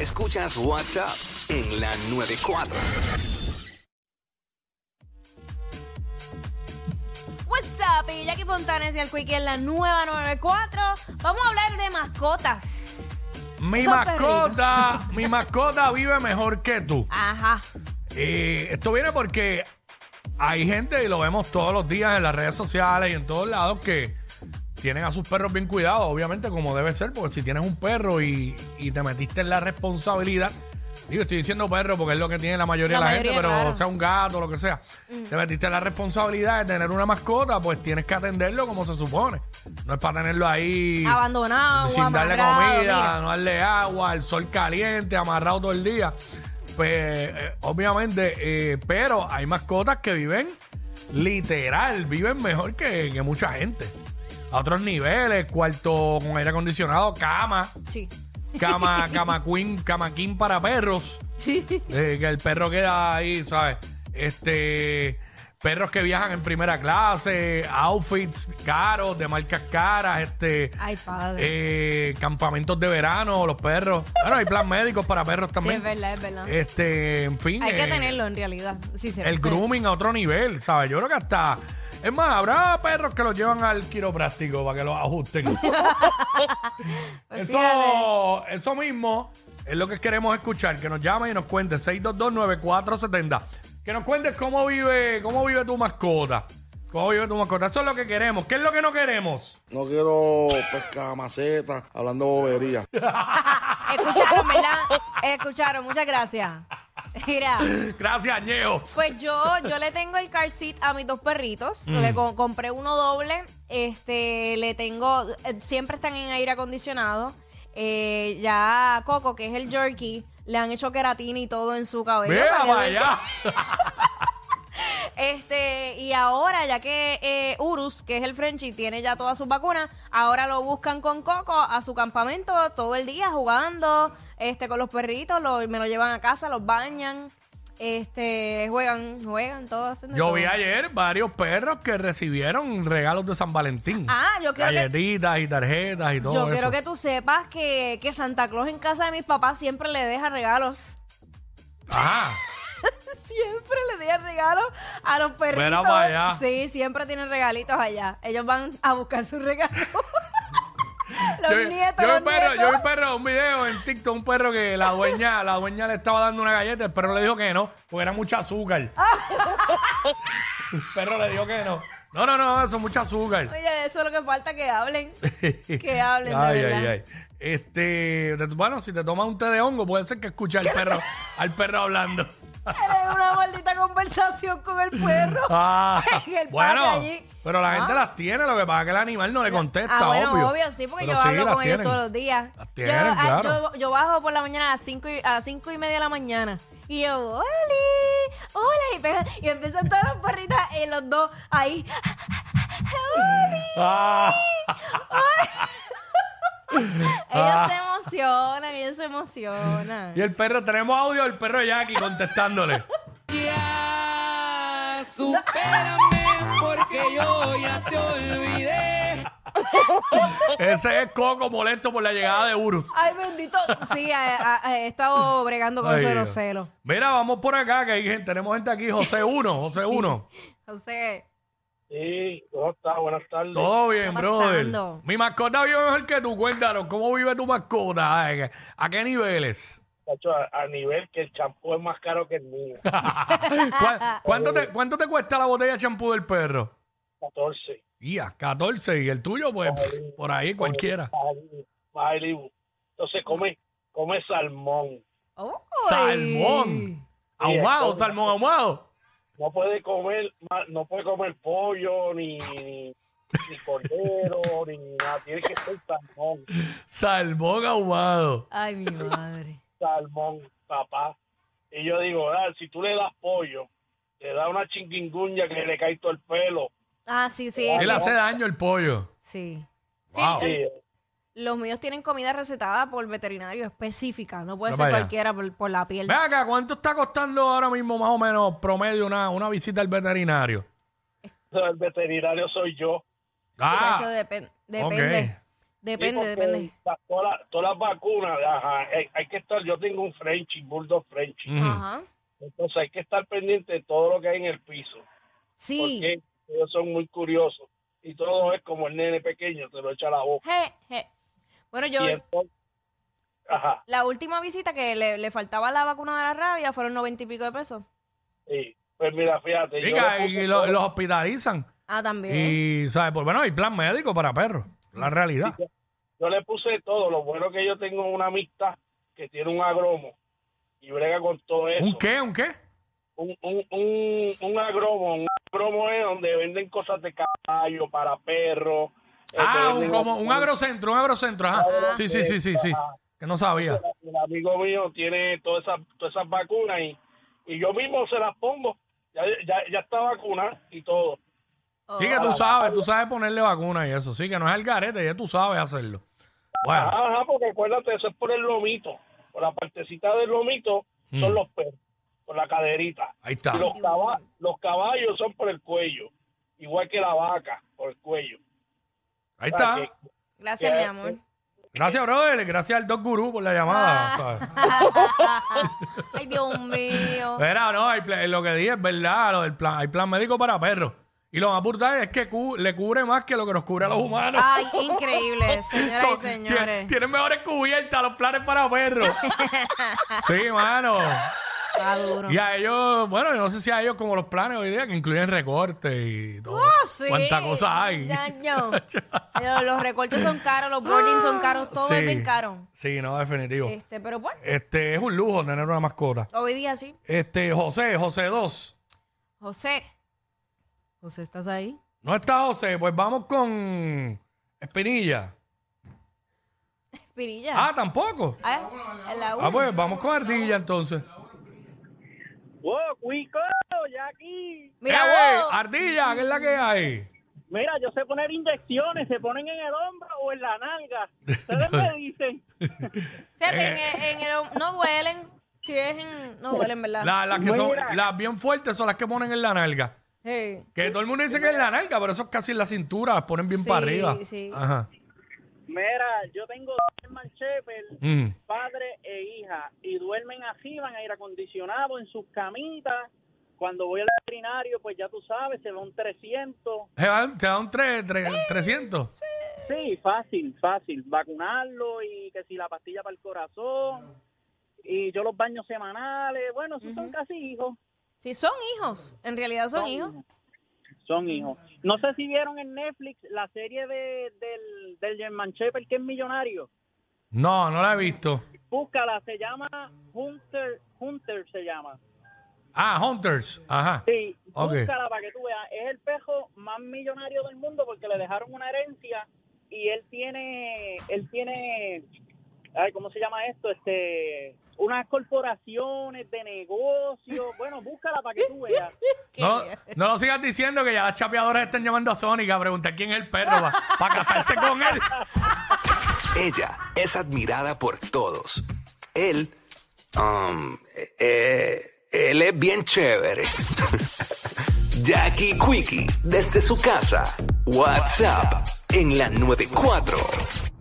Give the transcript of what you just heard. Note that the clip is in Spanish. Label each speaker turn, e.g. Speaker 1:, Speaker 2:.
Speaker 1: Escuchas WhatsApp en la 94.
Speaker 2: What's up, y Jackie Fontanes y el Quickie en la nueva 94. Vamos a hablar de mascotas.
Speaker 3: Mi
Speaker 2: Esos
Speaker 3: mascota, mi mascota vive mejor que tú.
Speaker 2: Ajá.
Speaker 3: Eh, esto viene porque hay gente, y lo vemos todos los días en las redes sociales y en todos lados, que tienen a sus perros bien cuidados, obviamente como debe ser, porque si tienes un perro y, y te metiste en la responsabilidad, digo, estoy diciendo perro porque es lo que tiene la mayoría
Speaker 2: La
Speaker 3: de la gente,
Speaker 2: mayoría,
Speaker 3: pero
Speaker 2: claro. Mm.
Speaker 3: sea un gato, lo que sea, te metiste en la responsabilidad de tener una mascota, pues tienes que atenderlo como se supone. No es para tenerlo ahí
Speaker 2: Abandonado,
Speaker 3: sin darle
Speaker 2: amarrado,
Speaker 3: comida,
Speaker 2: mira.
Speaker 3: no darle agua, el sol caliente, amarrado todo el día. Pues, eh, obviamente, eh, pero hay mascotas que viven literal, viven mejor que, que mucha gente. A otros niveles, cuarto con aire acondicionado, cama,
Speaker 2: Sí.
Speaker 3: cama, cama queen, cama king para perros. Eh, que el perro queda ahí, ¿sabes? Este, perros que viajan en primera clase, outfits caros, de marcas caras, este,
Speaker 2: Ay, padre.
Speaker 3: eh, campamentos de verano, los perros. Bueno, hay plan médicos para perros
Speaker 2: sí,
Speaker 3: también.
Speaker 2: es verdad, es verdad.
Speaker 3: Este, en fin.
Speaker 2: Hay que
Speaker 3: eh,
Speaker 2: tenerlo en realidad. Sí, se
Speaker 3: El
Speaker 2: respeta.
Speaker 3: grooming a otro nivel, ¿sabes? Yo creo que hasta. Es más, habrá perros que los llevan al quiropráctico para que los ajusten.
Speaker 2: Pues fíjate.
Speaker 3: Eso, eso mismo es lo que queremos escuchar, que nos llamen y nos cuenten 6229470. Que nos cuentes cómo vive, cómo vive tu mascota. Cómo vive tu mascota. Eso es lo que queremos. ¿Qué es lo que no queremos?
Speaker 4: No quiero pescar maceta hablando bobería.
Speaker 2: Escucharon, ¿verdad? Escucharon, muchas gracias. Mira.
Speaker 3: Gracias, Ñeo.
Speaker 2: Pues yo, yo le tengo el car seat a mis dos perritos.
Speaker 3: Mm.
Speaker 2: Le co- compré uno doble. Este, le tengo. eh, Siempre están en aire acondicionado. Eh, ya a Coco, que es el jerky, le han hecho queratina y todo en su cabello.
Speaker 3: Mira
Speaker 2: para que
Speaker 3: para
Speaker 2: duerma.
Speaker 3: allá.
Speaker 2: Este, y ahora, ya que eh, Urus, que es el Frenchie, tiene ya todas sus vacunas, ahora lo buscan con Coco a su campamento todo el día jugando, este, con los perritos, lo- me lo llevan a casa, los bañan, este, juegan, juegan, todo haciendo
Speaker 3: Yo
Speaker 2: todo.
Speaker 3: vi ayer varios perros que recibieron regalos de San Valentín.
Speaker 2: Ah, yo quiero que-
Speaker 3: Galletitas y tarjetas y todo
Speaker 2: Yo quiero
Speaker 3: eso.
Speaker 2: que tú sepas que, que Santa Claus en casa de mis papás siempre le deja regalos.
Speaker 3: Ajá.
Speaker 2: Siempre le deja regalos a los perritos.
Speaker 3: Mira pa' allá.
Speaker 2: Sí, siempre tienen regalitos allá. Ellos van a buscar sus regalos. los
Speaker 3: yo,
Speaker 2: nietos,
Speaker 3: yo vi
Speaker 2: los
Speaker 3: un perro,
Speaker 2: nietos.
Speaker 3: yo vi un perro, un video en TikTok, un perro que la dueña, la dueña le estaba dando una galleta, el perro le dijo que no, porque era mucha azúcar.
Speaker 2: Ah.
Speaker 3: el perro le dijo que no. No, no, no, eso es mucha azúcar.
Speaker 2: Oye, eso es lo que falta que hablen. que hablen de
Speaker 3: ay,
Speaker 2: verdad.
Speaker 3: ay, ay. Este, bueno, si te tomas un té de hongo, puede ser que escuche al perro, al perro hablando.
Speaker 2: Eres una maldita conversación con el perro.
Speaker 3: Ah,
Speaker 2: En el
Speaker 3: bueno,
Speaker 2: patio allí.
Speaker 3: pero la
Speaker 2: Ah.
Speaker 3: gente las tiene, lo que pasa es que el animal no le contesta,
Speaker 2: ah, bueno,
Speaker 3: obvio.
Speaker 2: obvio, sí, porque
Speaker 3: Pero
Speaker 2: yo
Speaker 3: sí,
Speaker 2: hablo
Speaker 3: las
Speaker 2: con ellos
Speaker 3: tienen.
Speaker 2: todos los días.
Speaker 3: Las
Speaker 2: yo,
Speaker 3: tienen,
Speaker 2: ah,
Speaker 3: claro.
Speaker 2: yo, yo bajo por la mañana a las cinco y, a las cinco y media de la mañana. Y yo, ¡Oli! ¡Hola! Y, pega- y empiezan todos los perritos y los dos ahí. ¡Oli!
Speaker 3: Ah, Ah.
Speaker 2: Ellos se emocionan, ellos se emocionan.
Speaker 3: y el perro, tenemos audio del perro Jackie contestándole.
Speaker 5: Ya, supérame porque yo ya te olvidé.
Speaker 3: Ese es Coco molesto por la llegada de Urus.
Speaker 2: Ay, bendito. Sí, a- a- a- he estado bregando con
Speaker 3: Ay,
Speaker 2: eso de los
Speaker 3: Dios.
Speaker 2: celos.
Speaker 3: Mira, vamos por acá, que hay gente, tenemos gente aquí, José 1, José 1.
Speaker 2: Entonces,
Speaker 6: Sí, ¿cómo está? Buenas tardes.
Speaker 3: Todo bien,
Speaker 2: está
Speaker 3: brother.
Speaker 2: pasando?
Speaker 3: Mi mascota vive mejor que tú, cuéntanos, ¿cómo vive tu mascota? Ay, ¿A qué niveles?
Speaker 6: Tacho, a, a nivel que el champú es más caro que el mío.
Speaker 3: ¿Cuá- ¿Cuánto te, ¿Cuánto te cuesta la botella de champú del perro?
Speaker 6: 14.
Speaker 3: Ya, 14. Y el tuyo, pues, pf, por ahí, cualquiera.
Speaker 6: Ay, ay, Entonces come, come salmón.
Speaker 2: ¡ay!
Speaker 3: Salmón. Ahumado, salmón ahumado.
Speaker 6: No puede comer, ma- no puede comer pollo ni, ni, ni cordero, ni nada. Tiene que ser salmón.
Speaker 3: Salmón ahumado.
Speaker 2: Ay, mi madre.
Speaker 6: salmón, papá. Y yo digo, ah, si tú le das pollo, le da una chinguinguña que le cae todo el pelo.
Speaker 2: Ah, sí, sí.
Speaker 3: Él hace daño el pollo.
Speaker 2: Sí. Sí,
Speaker 3: Wow.
Speaker 2: el-
Speaker 6: Sí,
Speaker 2: los míos tienen comida recetada por veterinario específica. No puede
Speaker 3: No
Speaker 2: ser
Speaker 3: vaya.
Speaker 2: cualquiera por, por la piel.
Speaker 3: Ve acá, ¿cuánto está costando ahora mismo más o menos promedio una, una visita al veterinario?
Speaker 6: el veterinario soy yo.
Speaker 2: Muchacho,
Speaker 3: Ah,
Speaker 2: depen- depende.
Speaker 3: ok.
Speaker 6: Sí,
Speaker 2: Depende,
Speaker 6: porque
Speaker 2: depende.
Speaker 6: la- todas las- todas las vacunas, ajá, hay, hay que estar, yo tengo un Frenchy, Bulldog Frenchy.
Speaker 3: ujú.
Speaker 2: Ajá.
Speaker 6: Entonces hay que estar pendiente de todo lo que hay en el piso.
Speaker 2: Sí.
Speaker 6: Porque ellos son muy curiosos. Y todo es como el nene pequeño, te lo echa a la boca.
Speaker 2: Je, je. Bueno, yo
Speaker 6: Y entonces, ajá,
Speaker 2: la última visita que le, le faltaba la vacuna de la rabia fueron noventa y pico de pesos.
Speaker 6: sí. Pues mira, fíjate. yo
Speaker 3: Venga,
Speaker 6: le
Speaker 3: y,
Speaker 6: puse
Speaker 3: lo-
Speaker 6: todo-
Speaker 3: los hospitalizan.
Speaker 2: Ah, también.
Speaker 3: Y, ¿sabes? Pues bueno, hay plan médico para perros. La realidad.
Speaker 6: yo le puse todo. Lo bueno que yo tengo una amistad que tiene un agromo y brega con todo eso. Eh,
Speaker 3: ¿Un qué? ¿Un qué?
Speaker 6: Un, un, un, un agromo. Un agromo es donde venden cosas de caballo para perros. eh,
Speaker 3: Ah,
Speaker 6: te
Speaker 3: un,
Speaker 6: venden-
Speaker 3: como un agrocentro, un agrocentro, ajá.
Speaker 6: Ah,
Speaker 3: Sí,
Speaker 6: eh,
Speaker 3: sí, sí, sí, sí. Que no sabía.
Speaker 6: El amigo mío tiene todas esas, todas esas vacunas y, y yo mismo se las pongo. Ya, ya, ya está vacuna y todo.
Speaker 3: Sí, que tú sabes, tú sabes ponerle vacuna y eso. Sí, que no es el garete, ya tú sabes hacerlo. Bueno,
Speaker 6: Ajá, ajá, porque acuérdate, eso es por el lomito. Por la partecita del lomito
Speaker 3: Mm. Ah.
Speaker 6: son los perros, por la caderita.
Speaker 3: ahí está.
Speaker 6: Y los, caba- los caballos son por el cuello, igual que la vaca, por el cuello.
Speaker 3: Ahí
Speaker 6: O
Speaker 3: está.
Speaker 6: sea, que- eh,
Speaker 2: Gracias, mi amor.
Speaker 3: Gracias, brother. Gracias al Doc Guru por la llamada. ¿sabes?
Speaker 2: Ah, Ay, Dios mío.
Speaker 3: Mira, no, hay pla- lo que dije es verdad, lo del plan, hay plan médico para perros. Y lo más brutal es que cu- le cubre más que lo que nos cubre a los humanos.
Speaker 2: Ay, increíble, señoras
Speaker 3: Son-
Speaker 2: y
Speaker 3: tien-
Speaker 2: señores.
Speaker 3: Tienen mejores cubiertas los planes para perros. sí, mano.
Speaker 2: Está duro.
Speaker 3: Y a ellos, bueno, yo no sé si a ellos como los planes hoy día que incluyen recortes y todo.
Speaker 2: Oh, sí.
Speaker 3: Cuánta cosa hay.
Speaker 2: Daño. Pero los recortes son caros, los boardings son caros, todo
Speaker 3: Sí.
Speaker 2: es bien caro.
Speaker 3: Sí, no, definitivo.
Speaker 2: Este, pero bueno,
Speaker 3: Este, es un lujo tener una mascota.
Speaker 2: hoy día sí.
Speaker 3: Este, José, José 2.
Speaker 2: José. José, ¿estás ahí?
Speaker 3: No está José, pues vamos con Espinilla.
Speaker 2: Pirilla.
Speaker 3: Ah, tampoco.
Speaker 2: Ah, en la
Speaker 3: Ah,
Speaker 2: una.
Speaker 3: pues vamos con Ardilla entonces.
Speaker 6: ¡Wow, cuico! ¡Ya aquí!
Speaker 2: Mira,
Speaker 3: ¡Ey,
Speaker 2: wow.
Speaker 3: Eh, Ardilla, ¿qué es la que hay?
Speaker 6: Mira, yo sé poner inyecciones, se ponen en el hombro o en la nalga. Ustedes me dicen.
Speaker 3: eh.
Speaker 2: Fíjate, en, el- en el, no duelen. Si es en, no duelen, ¿verdad?
Speaker 3: La- las que son,
Speaker 6: Mira.
Speaker 3: las bien fuertes son las que ponen en la nalga.
Speaker 2: sí.
Speaker 3: Que todo el mundo dice que es en la nalga, pero eso es casi en la cintura, las ponen bien
Speaker 2: Sí,
Speaker 3: para arriba.
Speaker 2: sí.
Speaker 3: Ajá.
Speaker 6: Mira, yo tengo dos manchepes,
Speaker 3: Mm.
Speaker 6: padre e hija, y duermen así, van aire acondicionado en sus camitas. Cuando voy al veterinario, pues ya tú sabes, se va un 300.
Speaker 3: Se dan, se dan tres- tres- 300.
Speaker 6: Sí, fácil, fácil. Vacunarlo y que si la pastilla para el corazón. Y yo los baños semanales. Bueno, sí son casi hijos.
Speaker 2: Sí, son hijos. En realidad son hijos.
Speaker 6: Son hijos. No sé si vieron en Netflix la serie de, del, del German Shepherd que es millonario.
Speaker 3: No, no la he visto.
Speaker 6: Búscala, se llama Hunter, Hunter se llama.
Speaker 3: Ah, Hunters. Ajá.
Speaker 6: Sí,
Speaker 3: Ok.
Speaker 6: búscala para que tú veas. Es el pejo más millonario del mundo porque le dejaron una herencia y él tiene, él tiene, ay, ¿cómo se llama esto? Este, unas corporaciones de negocios. Bueno, búscala para que tú veas.
Speaker 3: No, no lo sigas diciendo que ya las chapeadoras están llamando a Sonic a preguntar quién es el perro para casarse con él.
Speaker 1: Ella es admirada por todos. Él, um, eh, él es bien chévere. Jackie Quickie, desde su casa. WhatsApp en la 94.